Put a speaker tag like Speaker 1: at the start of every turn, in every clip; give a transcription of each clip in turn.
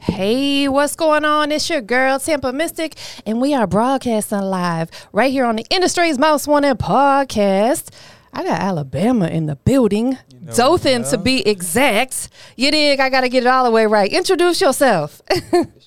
Speaker 1: Hey, what's going on? It's your girl, Tampa Mystic, and we are broadcasting live right here on the Industry's Most Wanted podcast. I got Alabama in the building, Dothan to be exact. You dig? I got to get it all the way right. Introduce yourself.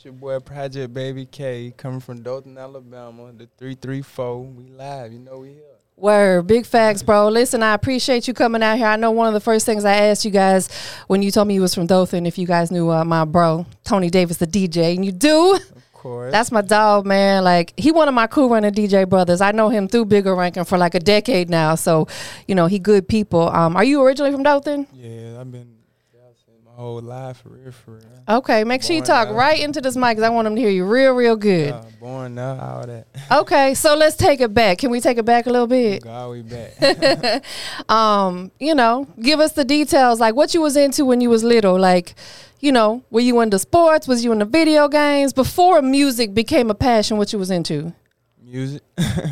Speaker 2: It's your boy Project Baby K coming from Dothan, Alabama, the 334. We live, you know we here.
Speaker 1: Word, big facts, bro. Listen, I appreciate you coming out here. I know one of the first things I asked you guys when you told me you was from Dothan, if you guys knew uh, my bro Tony Davis, the DJ, and you do.
Speaker 2: Of course.
Speaker 1: That's my dog, man. Like he one of my cool running DJ brothers. I know him through Bigger Ranking for like a decade now. So, you know, he good people. Um, are you originally from Dothan?
Speaker 2: yeah, I've been down since my whole life for real, for real.
Speaker 1: Okay, make sure you
Speaker 2: Born
Speaker 1: talk
Speaker 2: out.
Speaker 1: right into this mic because I want him to hear you real, real good.
Speaker 2: Uh, born now, all that.
Speaker 1: Okay, so let's take it back. Can we take it back a little bit?
Speaker 2: God, we back.
Speaker 1: Um, you know, give us the details, like what you was into when you was little, like. You know, were you into sports? Was you into video games? Before music became a passion, what you was into?
Speaker 2: music.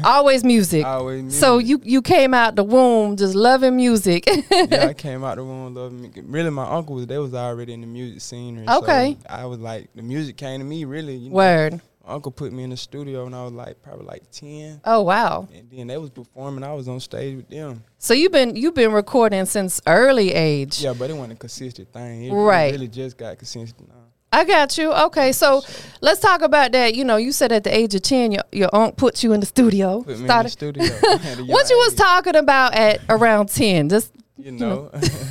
Speaker 1: Always music.
Speaker 2: Always music.
Speaker 1: So you you came out the womb just loving music.
Speaker 2: yeah, I came out the room loving music. Really, my uncle was, they was already in the music scene. and so
Speaker 1: Okay.
Speaker 2: I was like, the music came to me, really. You know.
Speaker 1: Word.
Speaker 2: My uncle put me in the studio when I was like, probably like 10.
Speaker 1: Oh wow.
Speaker 2: And then they was performing. I was on stage with them.
Speaker 1: So you've been you've been recording since early age.
Speaker 2: Yeah, but it wasn't a consistent thing. It, it
Speaker 1: Right.
Speaker 2: really just got consistent. now.
Speaker 1: I got you. Okay, so let's talk about that. You know, you said at the age of ten, your your aunt put you in the studio.
Speaker 2: Put me in the
Speaker 1: started-
Speaker 2: studio. at a
Speaker 1: what
Speaker 2: young
Speaker 1: you was
Speaker 2: age,
Speaker 1: talking about at around ten? Just
Speaker 2: You know,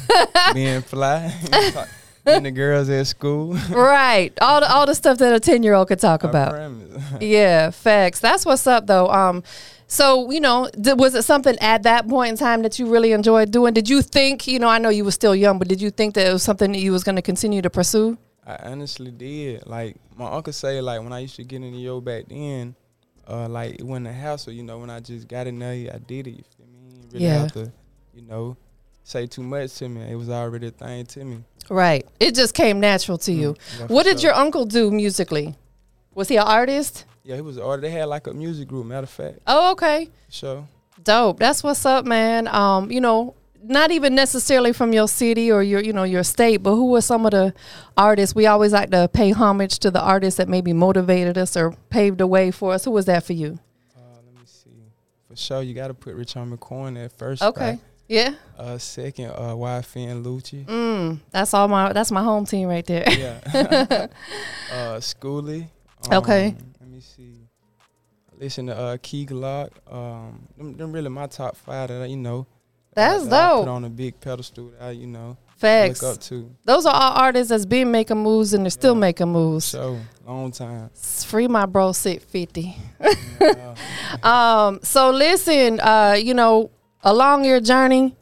Speaker 2: being fly, and the girls at school.
Speaker 1: right. All the all the stuff that a ten year old could talk
Speaker 2: I
Speaker 1: about.
Speaker 2: promise.
Speaker 1: Yeah, facts. That's what's up though. Um, so you know, th- was it something at that point in time that you really enjoyed doing? Did you think, you know, I know you were still young, but did you think that it was something that you was going to continue to pursue?
Speaker 2: I honestly did. Like my uncle say, like when I used to get in the yo back then, uh, like it wasn't a hassle. You know, when I just got in there, I did it. You feel me? You really
Speaker 1: Yeah.
Speaker 2: have to, you know, say too much to me. It was already a thing to me. Mm,
Speaker 1: Right. It just came natural to you.
Speaker 2: Yeah, for
Speaker 1: What did
Speaker 2: sure.
Speaker 1: your uncle do musically? Was he an artist?
Speaker 2: Yeah, he was. Or they had like a music group. Matter of fact,
Speaker 1: Oh, okay.
Speaker 2: so
Speaker 1: Dope. That's what's up, man. Um, you know, not even necessarily from your city or your, you know, your state, but who were some of the artists? We always like to pay homage to the artists that maybe motivated us or paved the way for us. Who was that for you?
Speaker 2: uh, let me see. For sure, you got to put Richard McCoy at first.
Speaker 1: Okay.
Speaker 2: spot.
Speaker 1: Yeah.
Speaker 2: Uh, second, uh, YFN and Lucci.
Speaker 1: Mm, that's all my that's my home team right there.
Speaker 2: Yeah. uh, Schooley. Um,
Speaker 1: Okay.
Speaker 2: Let me see. I Listen to uh, Key Glock. Um, them, them really my top five that I, you know. that I-
Speaker 1: That's
Speaker 2: that I
Speaker 1: dope.
Speaker 2: Put on a big pedestal that I, you know,
Speaker 1: Facts.
Speaker 2: look up to.
Speaker 1: Those are all artists that's been making moves and they're still
Speaker 2: Yeah.
Speaker 1: making moves.
Speaker 2: So long time.
Speaker 1: S- Free my bro sit fifty.
Speaker 2: Uh,
Speaker 1: Um, so listen, uh, you know, along your journey,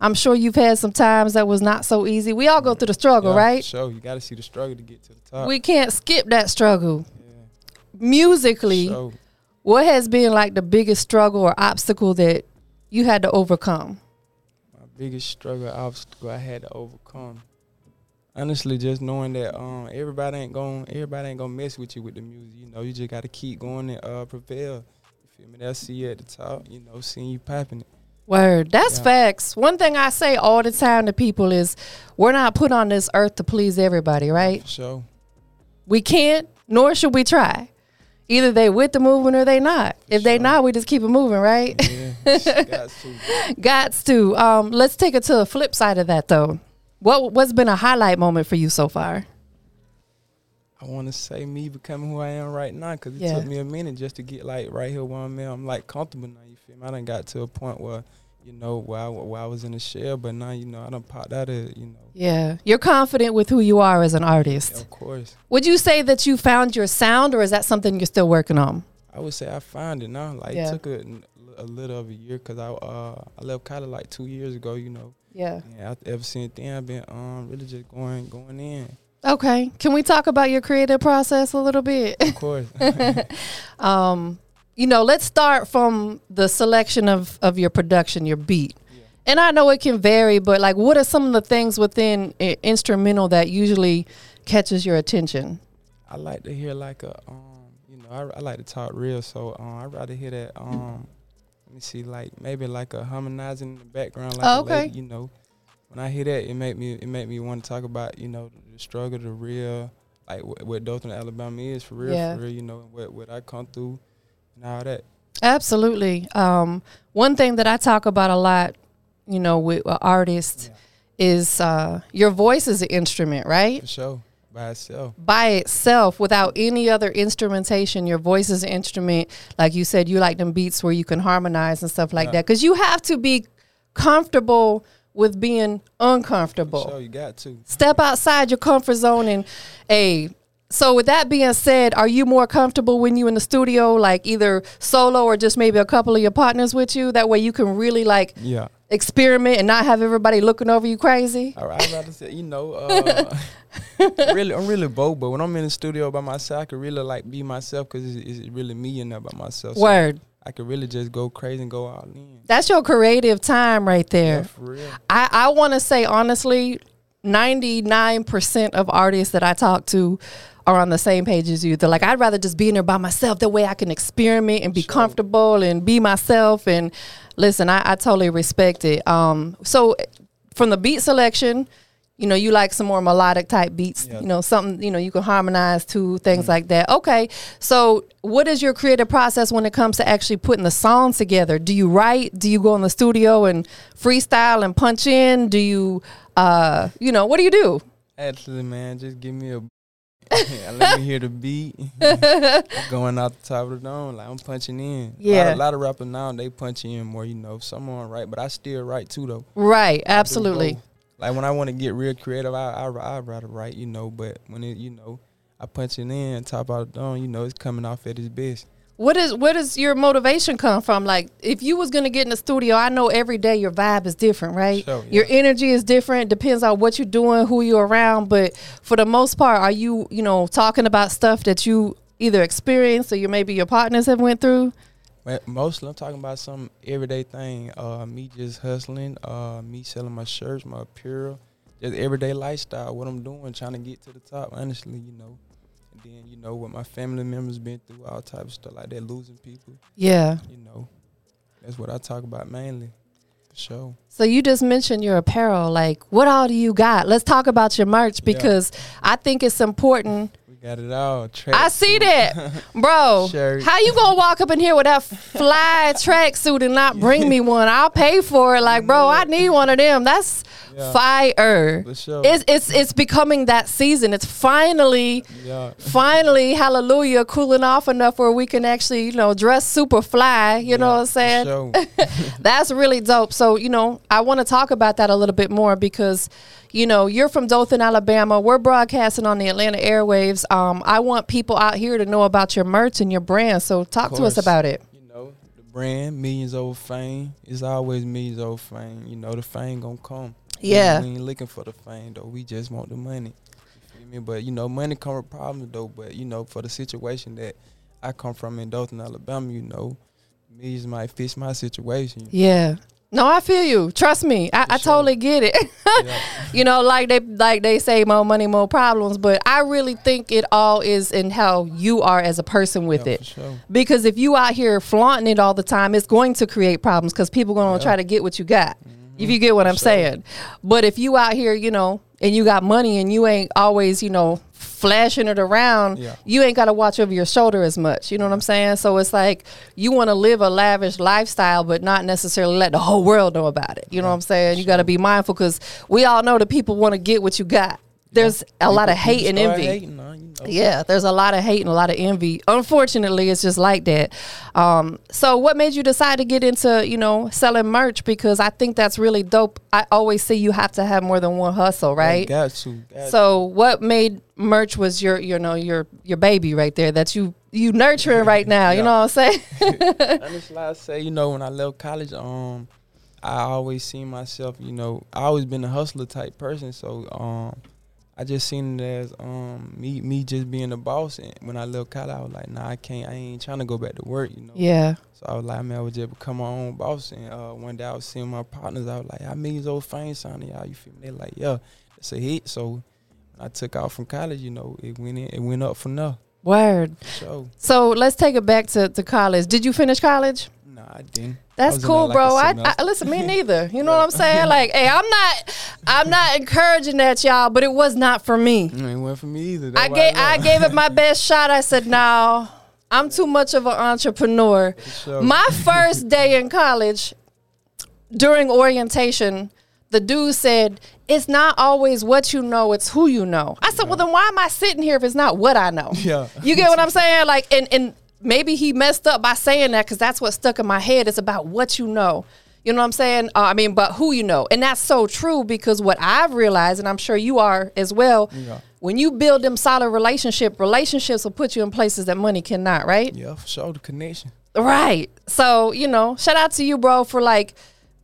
Speaker 1: I'm sure you've had some times that was not so easy. We all go through the struggle,
Speaker 2: yeah,
Speaker 1: right?
Speaker 2: So you got to see the struggle to get to the top.
Speaker 1: We can't skip that struggle.
Speaker 2: yeah.
Speaker 1: Musically,
Speaker 2: So,
Speaker 1: what has been like the biggest struggle or obstacle that you had to overcome?
Speaker 2: my biggest struggle obstacle I had to overcome. Honestly, just knowing that um, everybody ain't going everybody ain't gonna mess with you with the music. You know, you just gotta keep going and uh, prevail. You feel me? They'll see you at the top. You know, seeing you popping it.
Speaker 1: Word. That's
Speaker 2: Yeah.
Speaker 1: facts. One thing I say all the time to people is we're not put on this earth to please everybody, right?
Speaker 2: For sure.
Speaker 1: We can't, nor should we try. Either they with the movement or they not. If they
Speaker 2: Sure.
Speaker 1: not, we just keep it moving, right?
Speaker 2: Yeah. got to.
Speaker 1: Gots to. Um, let's take it to the flip side of that though. What what's been a highlight moment for you so far?
Speaker 2: I want to say me becoming who I am right now because it
Speaker 1: Yeah.
Speaker 2: took me a minute just to get like right here where I'm at. I'm like comfortable now. You feel me? I done got to a point where, you know, where I, where I was in the shell, but now you know I done popped out of it, you know.
Speaker 1: Yeah, you're confident with who you are as an artist.
Speaker 2: Of course.
Speaker 1: Would you say that you found your sound, or is that something you're still working on?
Speaker 2: I would say I found it now. Like
Speaker 1: Yeah.
Speaker 2: it took a, a little of a year because I uh I left college like two years ago, you know.
Speaker 1: Yeah.
Speaker 2: And after, ever since then, I've been um really just going going in.
Speaker 1: Okay. Can we talk about your creative process a little bit?
Speaker 2: Of course,
Speaker 1: um, you know, let's start from the selection of of your production, your beat.
Speaker 2: Yeah.
Speaker 1: And I know it can vary, but like, what are some of the things within i- instrumental that usually catches your attention?
Speaker 2: I like to hear like a um you know I, I like to talk real, so um I rather hear that um let me see like maybe like a harmonizing in the background like
Speaker 1: Oh,
Speaker 2: a lady,
Speaker 1: okay.
Speaker 2: you know. When I hear that, it make me it make me want to talk about you know the struggle, the real, like what, what Dothan, Alabama is for real,
Speaker 1: Yeah.
Speaker 2: for real. You know what what I come through and all that.
Speaker 1: Absolutely. Um, one thing that I talk about a lot, you know, with uh, artists is uh, your voice is an instrument, right?
Speaker 2: For sure, by itself.
Speaker 1: By itself, without any other instrumentation, your voice is an instrument. Like you said, you like them beats where you can harmonize and stuff like
Speaker 2: Yeah.
Speaker 1: that. Because you have to be comfortable with being
Speaker 2: For
Speaker 1: uncomfortable.
Speaker 2: sure, you got to.
Speaker 1: Step outside your comfort zone and a. So with that being said, are you more comfortable when you in the studio, like either solo or just maybe a couple of your partners with you? That way you can really like
Speaker 2: Yeah.
Speaker 1: experiment and not have everybody looking over you crazy.
Speaker 2: All right, I was about to say, you know, uh, really, I'm really bold, but when I'm in the studio by myself, I can really like be myself because it's, it's really me in there by myself. So
Speaker 1: Word.
Speaker 2: I can really just go crazy and go all in.
Speaker 1: That's your creative time right there.
Speaker 2: Yeah, for real.
Speaker 1: I, I want to say honestly, 99% of artists that I talk to are on the same page as you. They're like, I'd rather just be in there by myself. That way I can experiment and be comfortable and be myself. And listen, I, I totally respect it. Um, so from the beat selection, you know, you like some more melodic type beats,
Speaker 2: Yeah.
Speaker 1: you know, something, you know, you can harmonize to things
Speaker 2: Mm.
Speaker 1: like that. Okay. So what is your creative process when it comes to actually putting the songs together? Do you write? Do you go in the studio and freestyle and punch in? Do you, uh, you know, what do you do?
Speaker 2: Actually, man, just give me a. let me hear the beat. going out the top of the dome, like I'm punching in. A lot,
Speaker 1: Yeah.
Speaker 2: of- lot of rappers now they punching in more, you know. Some on right, but I still write too though.
Speaker 1: Right.
Speaker 2: do
Speaker 1: Absolutely.
Speaker 2: both. Like when I want to get real creative, I I I rather write, you know. But when it, you know, I punch it in, top out the dome, you know, it's coming off at its best.
Speaker 1: What is, where does your motivation come from? Like if you was going to get in the studio, I know every day your vibe is different, right?
Speaker 2: Sure, yeah.
Speaker 1: Your energy is different. Depends on what you're doing, who you're around. But for the most part, are you, you know, talking about stuff that you either experienced or you maybe your partners have went through?
Speaker 2: But mostly, I'm talking about some everyday thing. Uh, me just hustling. Uh, me selling my shirts, my apparel, just everyday lifestyle. What I'm doing, trying to get to the top. Honestly, you know. And then you know what my family members been through, all types of stuff like that, losing people.
Speaker 1: Yeah.
Speaker 2: You know, that's what I talk about mainly. For sure.
Speaker 1: So you just mentioned your apparel. Like, what all do you got? Let's talk about your merch
Speaker 2: Yeah.
Speaker 1: because I think it's important.
Speaker 2: We got it all. Track
Speaker 1: I see that, bro.
Speaker 2: Shirt.
Speaker 1: How you gonna walk up in here with that fly tracksuit and not bring me one? I'll pay for it. Like, bro, I need one of them. That's
Speaker 2: Yeah.
Speaker 1: fire.
Speaker 2: For sure.
Speaker 1: It's it's it's becoming that season. It's finally.
Speaker 2: yeah.
Speaker 1: Finally, hallelujah, cooling off enough where we can actually, you know, dress super fly. You know what I'm saying?
Speaker 2: For sure.
Speaker 1: That's really dope. So, you know, I want to talk about that a little bit more because, you know, you're from Dothan, Alabama. We're broadcasting on the Atlanta airwaves. Um, I want people out here to know about your merch and your brand. So, talk to us
Speaker 2: course.
Speaker 1: about it.
Speaker 2: you know, the brand, millions over fame. It's always millions over fame. You know, the fame gonna come. You know,
Speaker 1: Yeah.
Speaker 2: we ain't looking for the fame though. We just want the money. You feel me? But you know, money come with problems though. But you know, for the situation that I come from in Dothan, Alabama, you know, millions might fix my situation.
Speaker 1: Yeah. No, I feel you. Trust me. I, I
Speaker 2: sure.
Speaker 1: totally get it.
Speaker 2: Yeah.
Speaker 1: you know, like they like they say more money, more problems. But I really think it all is in how you are as a person with
Speaker 2: Yeah,
Speaker 1: it.
Speaker 2: for sure.
Speaker 1: Because if you out here flaunting it all the time, it's going to create problems because people going to try to get what you got.
Speaker 2: Mm-hmm.
Speaker 1: If you get what I'm saying. But if you out here, you know, and you got money and you ain't always, you know, flashing it around,
Speaker 2: Yeah.
Speaker 1: you ain't got to watch over your shoulder as much. You know what I'm saying? So it's like you want to live a lavish lifestyle, but not necessarily let the whole world know about it. You know what I'm saying? You got to be mindful because we all know that people want to get what you got. There's a lot of
Speaker 2: People- people
Speaker 1: hate and
Speaker 2: start
Speaker 1: envy.
Speaker 2: hating on you know.
Speaker 1: Yeah, there's a lot of hate and a lot of envy. Unfortunately, it's just like that. Um, so, what made you decide to get into you know selling merch? Because I think that's really dope. I always see you have to have more than one hustle,
Speaker 2: They
Speaker 1: right?
Speaker 2: Got to. Got
Speaker 1: So, what made merch was your you know your your baby right there that you you nurturing right now. You
Speaker 2: Yeah.
Speaker 1: know what I'm saying?
Speaker 2: honestly, I say, you know, when I left college, um, I always seen myself, you know, I always been a hustler type person. So, um, I just seen it as um me me just being a boss. And when I left college, I was like, nah, I can't. I ain't trying to go back to work, you know.
Speaker 1: yeah,
Speaker 2: So I was like, man, I would just become my own boss. And uh, one day I was seeing my partners. I was like, I mean, these old fame signing y'all. You feel me? They like, yeah, it's a hit. So. I took out from college, you know, it went in, it went up for nothing.
Speaker 1: word.
Speaker 2: So
Speaker 1: So let's take it back to, to college. Did you finish college?
Speaker 2: no, Nah, I didn't. I
Speaker 1: That's
Speaker 2: was in
Speaker 1: cool,
Speaker 2: there
Speaker 1: bro.
Speaker 2: like a
Speaker 1: I, I
Speaker 2: semester.
Speaker 1: listen. Me neither. You know what I'm saying? Like, hey, I'm not, I'm not encouraging that y'all, but it was not for me.
Speaker 2: Mm, It went for me either.
Speaker 1: I
Speaker 2: That's why
Speaker 1: gave, I
Speaker 2: left.
Speaker 1: gave it my best shot. I said, no, I'm too much of an entrepreneur.
Speaker 2: So,
Speaker 1: My first day in college, during orientation, the dude said, "It's not always what you know; it's who you know." I said, "Well, then why am I sitting here if it's not what I know?"
Speaker 2: Yeah.
Speaker 1: you get what I'm saying? Like, and and maybe he messed up by saying that because that's what stuck in my head. It's about what you know. You know what I'm saying? Uh, I mean, but who you know, and that's so true because what I've realized, and I'm sure you are as well.
Speaker 2: Yeah.
Speaker 1: When you build them solid relationship, relationships will put you in places that money cannot, right?
Speaker 2: yeah, for sure, the connection.
Speaker 1: Right. So, you know, shout out to you, bro, for like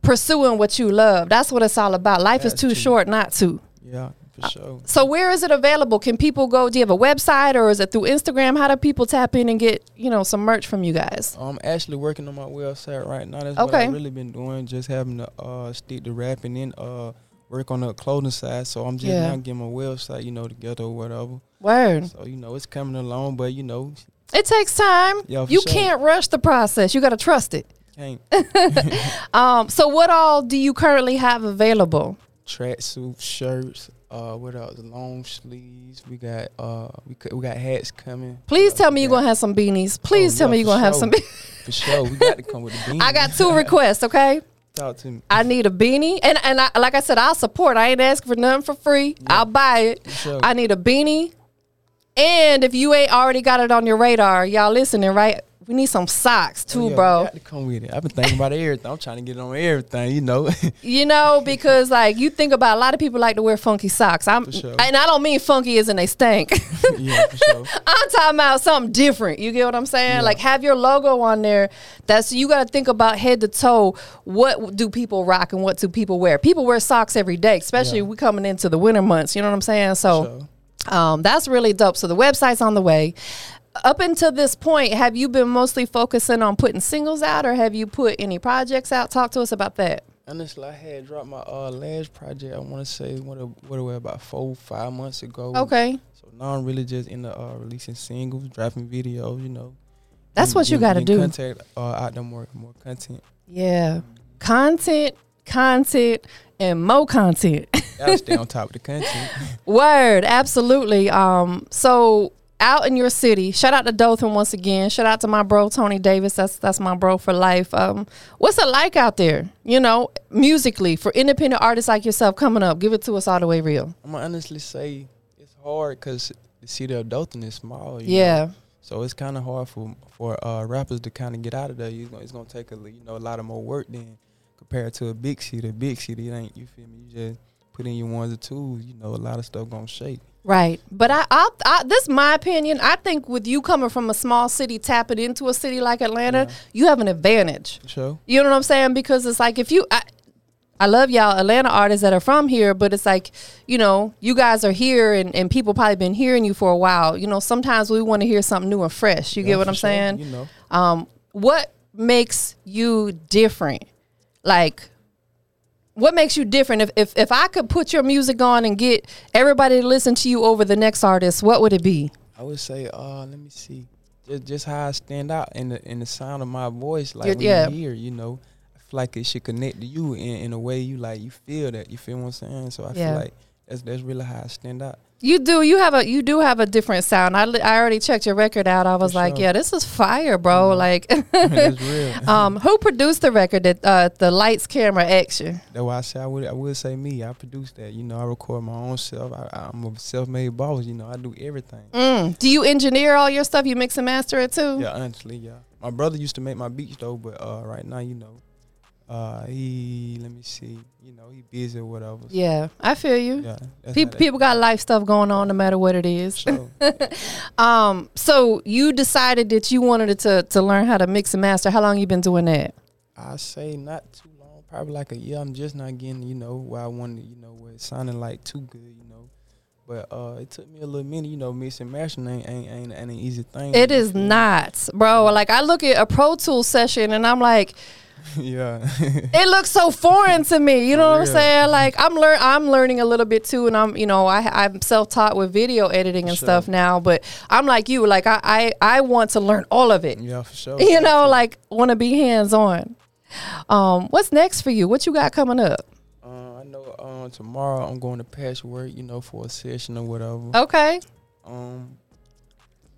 Speaker 1: pursuing what you love. That's what it's all about. Life is
Speaker 2: That's
Speaker 1: too
Speaker 2: true.
Speaker 1: short not to.
Speaker 2: Yeah,
Speaker 1: Uh,
Speaker 2: for sure.
Speaker 1: So, where is it available? Can people go? Do you have a website or is it through Instagram? How do people tap in and get, you know, some merch from you guys?
Speaker 2: I'm actually working on my website right now. That's what
Speaker 1: Okay.
Speaker 2: I've really been doing, just having to uh, stick to rapping and uh, work on the clothing side. So I'm just
Speaker 1: Yeah.
Speaker 2: now getting my website, you know, together or whatever.
Speaker 1: Word.
Speaker 2: So you know, it's coming along, but you know,
Speaker 1: It takes time.
Speaker 2: Yeah, for
Speaker 1: you
Speaker 2: sure.
Speaker 1: can't rush the process. You got to trust it.
Speaker 2: can't
Speaker 1: Um, so, what all do you currently have available?
Speaker 2: tracksuit shirts. Uh, what else? Long sleeves. We got uh, we c- we got hats coming.
Speaker 1: Please
Speaker 2: Uh,
Speaker 1: tell
Speaker 2: we
Speaker 1: me you're
Speaker 2: got-
Speaker 1: going to have some beanies. Please
Speaker 2: Oh,
Speaker 1: tell
Speaker 2: yeah,
Speaker 1: me you're going
Speaker 2: for
Speaker 1: to have
Speaker 2: sure.
Speaker 1: some.
Speaker 2: for sure. We got to come with the beans.
Speaker 1: I got two requests, okay?
Speaker 2: Talk to me.
Speaker 1: I need a beanie, and and I, like I said, I'll support. I ain't asking for nothing for free. I'll buy it.
Speaker 2: For sure.
Speaker 1: I need a beanie, and if you ain't already got it on your radar, y'all listening, right? We need some socks too,
Speaker 2: Oh, yeah,
Speaker 1: bro.
Speaker 2: we Got to come with it. I've been thinking about everything. I'm trying to get on everything. You know.
Speaker 1: You know, because like you think about, a lot of people like to wear funky socks. I'm,
Speaker 2: For sure.
Speaker 1: and I don't mean funky as in they stink.
Speaker 2: yeah, for sure.
Speaker 1: I'm talking about something different. You get what I'm saying?
Speaker 2: Yeah.
Speaker 1: Like have your logo on there. That's you got to think about head to toe. What do people rock and what do people wear? People wear socks every day, especially
Speaker 2: Yeah.
Speaker 1: we coming into the winter months. You know what I'm saying? So
Speaker 2: So,
Speaker 1: um, that's really dope. So the website's on the way. Up until this point, have you been mostly focusing on putting singles out, or have you put any projects out? Talk to us about that.
Speaker 2: honestly, I had dropped my uh, last project. I want to say what a, what a, about four five months ago.
Speaker 1: Okay,
Speaker 2: So now I'm really just in the uh, releasing singles, dropping videos. You know.
Speaker 1: that's
Speaker 2: Mm, And
Speaker 1: what you got to
Speaker 2: getting- getting
Speaker 1: do.
Speaker 2: Contact uh, out there more more content.
Speaker 1: Yeah, content, content, and more content.
Speaker 2: Gotta stay on top of the content.
Speaker 1: Word, absolutely. Um, so out in your city, shout out to Dothan once again. Shout out to my bro Tony Davis. That's that's my bro for life. Um, what's it like out there? You know, musically for independent artists like yourself coming up, give it to us all the way real.
Speaker 2: I'm gonna honestly say it's hard because the city of Dothan is small. you know.
Speaker 1: Yeah,
Speaker 2: So it's kind of hard for for uh, rappers to kind of get out of there. You know, it's gonna take a li- you know a lot of more work than compared to a big city. A big city it ain't you feel me? You just put in your ones or twos. You know, a lot of stuff gonna shake.
Speaker 1: right. But I, I, I this my opinion. I think with you coming from a small city, tapping into a city like Atlanta, you have an advantage.
Speaker 2: So
Speaker 1: You know what I'm saying? Because it's like if you, I, I love y'all Atlanta artists that are from here, but it's like you know you guys are here and and people probably been hearing you for a while. You know sometimes we want to hear something new and fresh. You get what I'm saying?
Speaker 2: You know,
Speaker 1: Um, what makes you different? Like. What makes you different? If, if if I could put your music on and get everybody to listen to you over the next artist, what would it be?
Speaker 2: I would say, uh, let me see, just just how I stand out in the in the sound of my voice, like
Speaker 1: Your-
Speaker 2: when
Speaker 1: yeah.
Speaker 2: you hear, you know, I feel like it should connect to you in, in a way you like you feel that you feel what I'm saying. So I
Speaker 1: Yeah.
Speaker 2: feel like that's that's really how I stand out.
Speaker 1: You do. You have a you do have a different sound. I, li- I already checked your record out. I was
Speaker 2: For
Speaker 1: like,
Speaker 2: sure. Mm-hmm.
Speaker 1: yeah, this is fire, bro. Like,
Speaker 2: that's real.
Speaker 1: um, who produced the record that uh, the lights, camera, action?
Speaker 2: That's why I say I would I would say me. I produce that. You know, I record my own self. I, I- I'm a self-made boss. You know, I do everything.
Speaker 1: Mm. Do you engineer all your stuff? You mix and master it too.
Speaker 2: Yeah, honestly, yeah. My brother used to make my beats though, but uh, right now, you know, uh, he let me see. You know, he busy or whatever. So,
Speaker 1: Yeah, I feel you.
Speaker 2: yeah. that's
Speaker 1: People,
Speaker 2: how that-
Speaker 1: people got life stuff going on, no matter what it is.
Speaker 2: So,
Speaker 1: Um, so you decided that you wanted to to learn how to mix and master. How long you been doing that?
Speaker 2: I say not too long, probably like a year. I'm just not getting, you know, where I wanted. You know, where it sounded like too good. You know, But uh, it took me a little minute, you know, mixing mastering ain't ain't, ain't ain't an easy thing.
Speaker 1: It is not, bro. Like I look at a Pro Tool session and I'm like,
Speaker 2: yeah.
Speaker 1: it looks so foreign to me. You know what I'm
Speaker 2: Yeah.
Speaker 1: saying? Like I'm learn I'm learning a little bit too, and I'm you know I I'm self taught with video editing and
Speaker 2: Sure.
Speaker 1: stuff now. But I'm like you, like I I, I want to learn all of it.
Speaker 2: yeah, for sure.
Speaker 1: You know, like want to be hands on. Um, what's next for you? What you got coming up?
Speaker 2: Uh, I know uh, tomorrow I'm going to patchwork, you know, for a session or whatever.
Speaker 1: Okay,
Speaker 2: Um,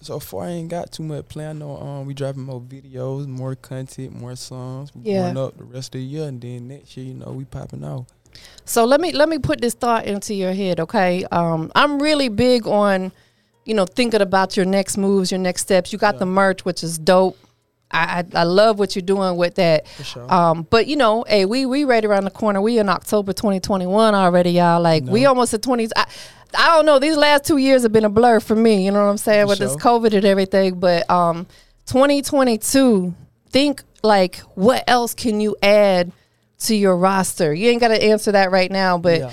Speaker 2: so far I ain't got too much plan. No, um, we dropping more videos, more content, more songs. We
Speaker 1: Yeah.
Speaker 2: going up the rest of the year, and then next year, you know, we popping out.
Speaker 1: so let me let me put this thought into your head. Okay, um, I'm really big on you know thinking about your next moves, your next steps. You got
Speaker 2: Yeah.
Speaker 1: the merch, which is dope. I, I I love what you're doing with that.
Speaker 2: For sure.
Speaker 1: Um, but you know, hey, we we right around the corner. We in October 2021 already, y'all. Like we
Speaker 2: No.
Speaker 1: almost at 20s. I, I don't know. These last two years have been a blur for me. You know what I'm saying
Speaker 2: For
Speaker 1: with this
Speaker 2: sure.
Speaker 1: COVID and everything. But um, 2022. Think like, what else can you add to your roster? You ain't got to answer that right now, but.
Speaker 2: Yeah.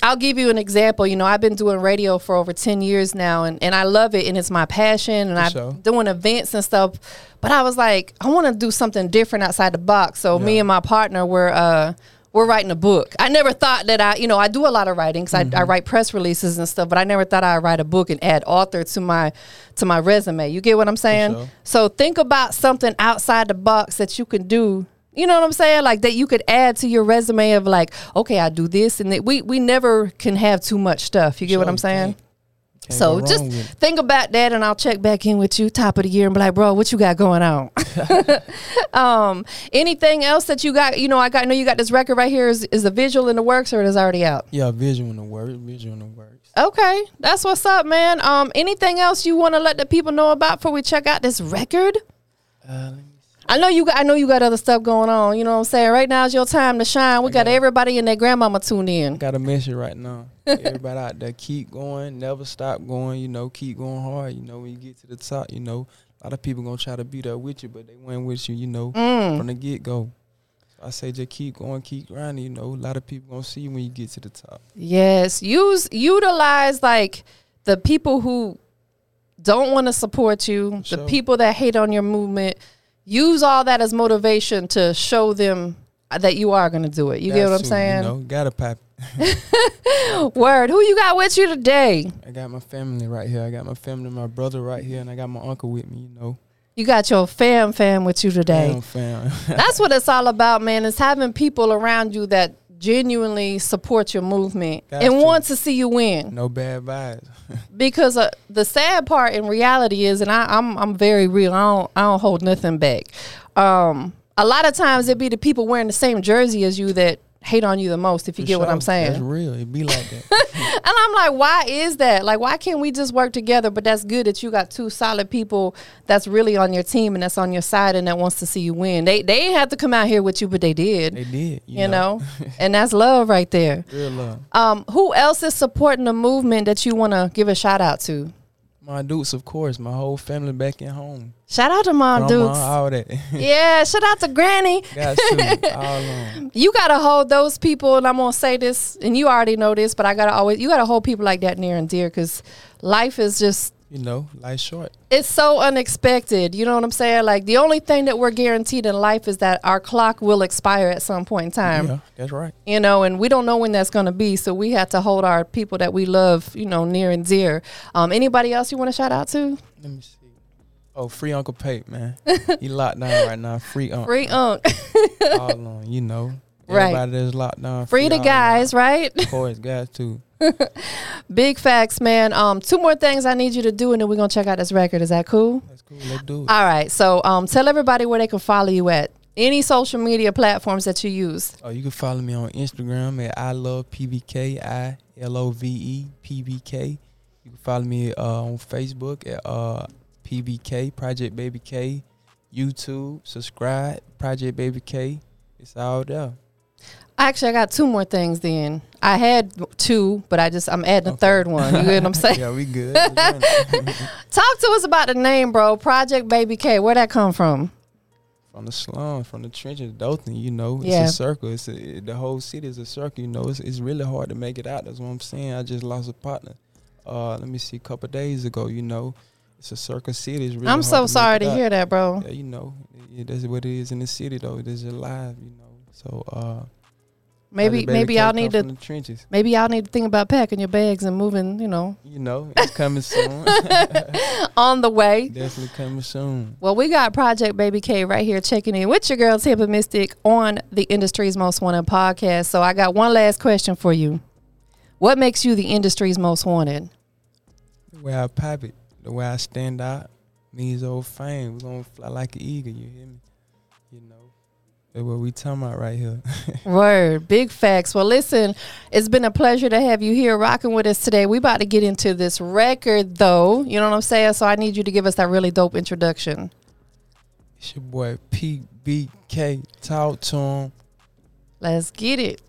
Speaker 1: I'll give you an example. You know, I've been doing radio for over 10 years now and, and I love it and it's my passion and
Speaker 2: For
Speaker 1: I'm
Speaker 2: sure.
Speaker 1: doing events and stuff. But I was like, I want to do something different outside the box. So me
Speaker 2: Yeah.
Speaker 1: and my partner were uh we're writing a book. I never thought that I, you know, I do a lot of writing 'cause I, I
Speaker 2: Mm-hmm.
Speaker 1: write press releases and stuff, but I never thought I'd write a book and add author to my to my resume. You get what I'm saying?
Speaker 2: sure.
Speaker 1: So think about something outside the box that you can do. You know what I'm saying? Like that you could add to your resume of like, okay, I do this and that. We we never can have too much stuff. You get what
Speaker 2: Sure,
Speaker 1: I'm
Speaker 2: you
Speaker 1: saying?
Speaker 2: can't- can't
Speaker 1: So
Speaker 2: go
Speaker 1: just
Speaker 2: wrong with it.
Speaker 1: think about that, and I'll check back in with you top of the year and be like, bro, what you got going on? um, anything else that you got? You know, I got. I know you got this record right here. Is is the visual in the works or it is already out?
Speaker 2: yeah, visual in the works, visual in the works.
Speaker 1: Okay, that's what's up, man. Um, anything else you want to let the people know about before we check out this record?
Speaker 2: Uh, let me
Speaker 1: I know you got I know you got other stuff going on. You know what I'm saying? Right now is your time to shine. We
Speaker 2: I
Speaker 1: got
Speaker 2: got it.
Speaker 1: everybody and their grandmama tuned in.
Speaker 2: Gotta mention right now. Everybody out there, keep going, never stop going, you know, keep going hard. You know, when you get to the top, you know, a lot of people gonna try to be there with you, but they weren't with you, you know,
Speaker 1: Mm.
Speaker 2: from the get go. I say just keep going, keep grinding, you know. A lot of people gonna see you when you get to the top.
Speaker 1: Yes. Use utilize like the people who don't want to support you, the
Speaker 2: Sure.
Speaker 1: people that hate on your movement. Use all that as motivation to show them that you are gonna do it. You get
Speaker 2: Got
Speaker 1: what I'm
Speaker 2: to,
Speaker 1: saying?
Speaker 2: You know, gotta pop.
Speaker 1: Word. Who you got with you today?
Speaker 2: I got my family right here. I got my family, my brother right here, and I got my uncle with me, you know.
Speaker 1: You got your fam fam with you today.
Speaker 2: Damn fam.
Speaker 1: That's what it's all about, man. Is having people around you that genuinely support your movement
Speaker 2: Got
Speaker 1: and
Speaker 2: you.
Speaker 1: want to see you win.
Speaker 2: no bad vibes.
Speaker 1: Because uh, the sad part in reality is, and I, I'm I'm very real. I don't I don't hold nothing back. Um, a lot of times it be the people wearing the same jersey as you that hate on you the most. If you get what I'm saying,
Speaker 2: That's real. It be like that.
Speaker 1: and I'm like, why is that? Like, why can't we just work together? But that's good that you got two solid people that's really on your team and that's on your side and that wants to see you win. They they didn't have to come out here with you, but they did
Speaker 2: They did. You,
Speaker 1: you know, and that's love right there.
Speaker 2: Real love.
Speaker 1: Um, who else is supporting the movement that you want to give a shout out to?
Speaker 2: My dudes, of course. My whole family back at home.
Speaker 1: Shout out to Mom
Speaker 2: Grandma,
Speaker 1: Dukes.
Speaker 2: all that.
Speaker 1: Yeah, shout out to Granny.
Speaker 2: Got to. All on.
Speaker 1: You gotta hold those people, and I'm gonna say this, and you already know this, but I gotta always, you gotta hold people like that near and dear, cause life is just
Speaker 2: You know, life short.
Speaker 1: it's so unexpected. You know what I'm saying? Like the only thing that we're guaranteed in life is that our clock will expire at some point in time.
Speaker 2: yeah, that's right.
Speaker 1: you know, and we don't know when that's going to be. So we have to hold our people that we love, you know, near and dear. Um, anybody else you want to shout out to?
Speaker 2: Let me see. Oh, free Uncle Pate, man. he locked down right now. Free Uncle.
Speaker 1: Free uh, Unc,
Speaker 2: All on. You know.
Speaker 1: Right.
Speaker 2: Everybody that's locked down.
Speaker 1: free the
Speaker 2: all
Speaker 1: guys, right?
Speaker 2: on. Of course, guys too.
Speaker 1: Big facts, man. Um, two more things I need you to do, and then we're gonna check out this record. Is that cool?
Speaker 2: That's cool. Let's do it.
Speaker 1: All right. So, um, tell everybody where they can follow you at any social media platforms that you use.
Speaker 2: Oh, you can follow me on Instagram at I love PBK, I L O V E PBK. You can follow me uh, on Facebook at uh, PBK, Project Baby K, YouTube, subscribe, Project Baby K. It's all there.
Speaker 1: Actually, I got two more things. Then I had two, but I just I'm adding a
Speaker 2: Okay.
Speaker 1: third one. You know what I'm saying?
Speaker 2: yeah, we good.
Speaker 1: Talk to us about the name, bro. Project Baby K. Where that come from?
Speaker 2: from the slums, from the trenches, Dothan, you know, it's
Speaker 1: Yeah.
Speaker 2: a circle. It's a, it- the whole city is a circle, you know. It's, it's really hard to make it out. That's what I'm saying. I just lost a partner. uh, let me see, a couple days ago. You know, it's a circus city. It's really
Speaker 1: I'm
Speaker 2: hard
Speaker 1: so
Speaker 2: make
Speaker 1: sorry
Speaker 2: it
Speaker 1: to
Speaker 2: out.
Speaker 1: hear that, bro.
Speaker 2: Yeah, you know, yeah, that's what it is in the city though. It is alive, you know. So uh,
Speaker 1: Maybe
Speaker 2: baby
Speaker 1: maybe
Speaker 2: can't
Speaker 1: y'all
Speaker 2: come
Speaker 1: need
Speaker 2: from
Speaker 1: to
Speaker 2: the trenches.
Speaker 1: maybe y'all need to think about packing your bags and moving. You know,
Speaker 2: You know, it's coming soon.
Speaker 1: on the way.
Speaker 2: Definitely coming soon.
Speaker 1: Well, we got Project Baby K right here checking in with your girl Tampa Mystic on the industry's most wanted podcast. So I got one last question for you. What makes you the industry's most wanted?
Speaker 2: The way I pop it, the way I stand out, me means old fame. We're gonna fly like an eagle, you hear me? You know. That's what we talking about right here.
Speaker 1: Word, big facts. Well, listen, it's been a pleasure to have you here rocking with us today. We about to get into this record though. You know what I'm saying? So I need you to give us that really dope introduction.
Speaker 2: It's your boy PBK. Talk to him.
Speaker 1: Let's get it.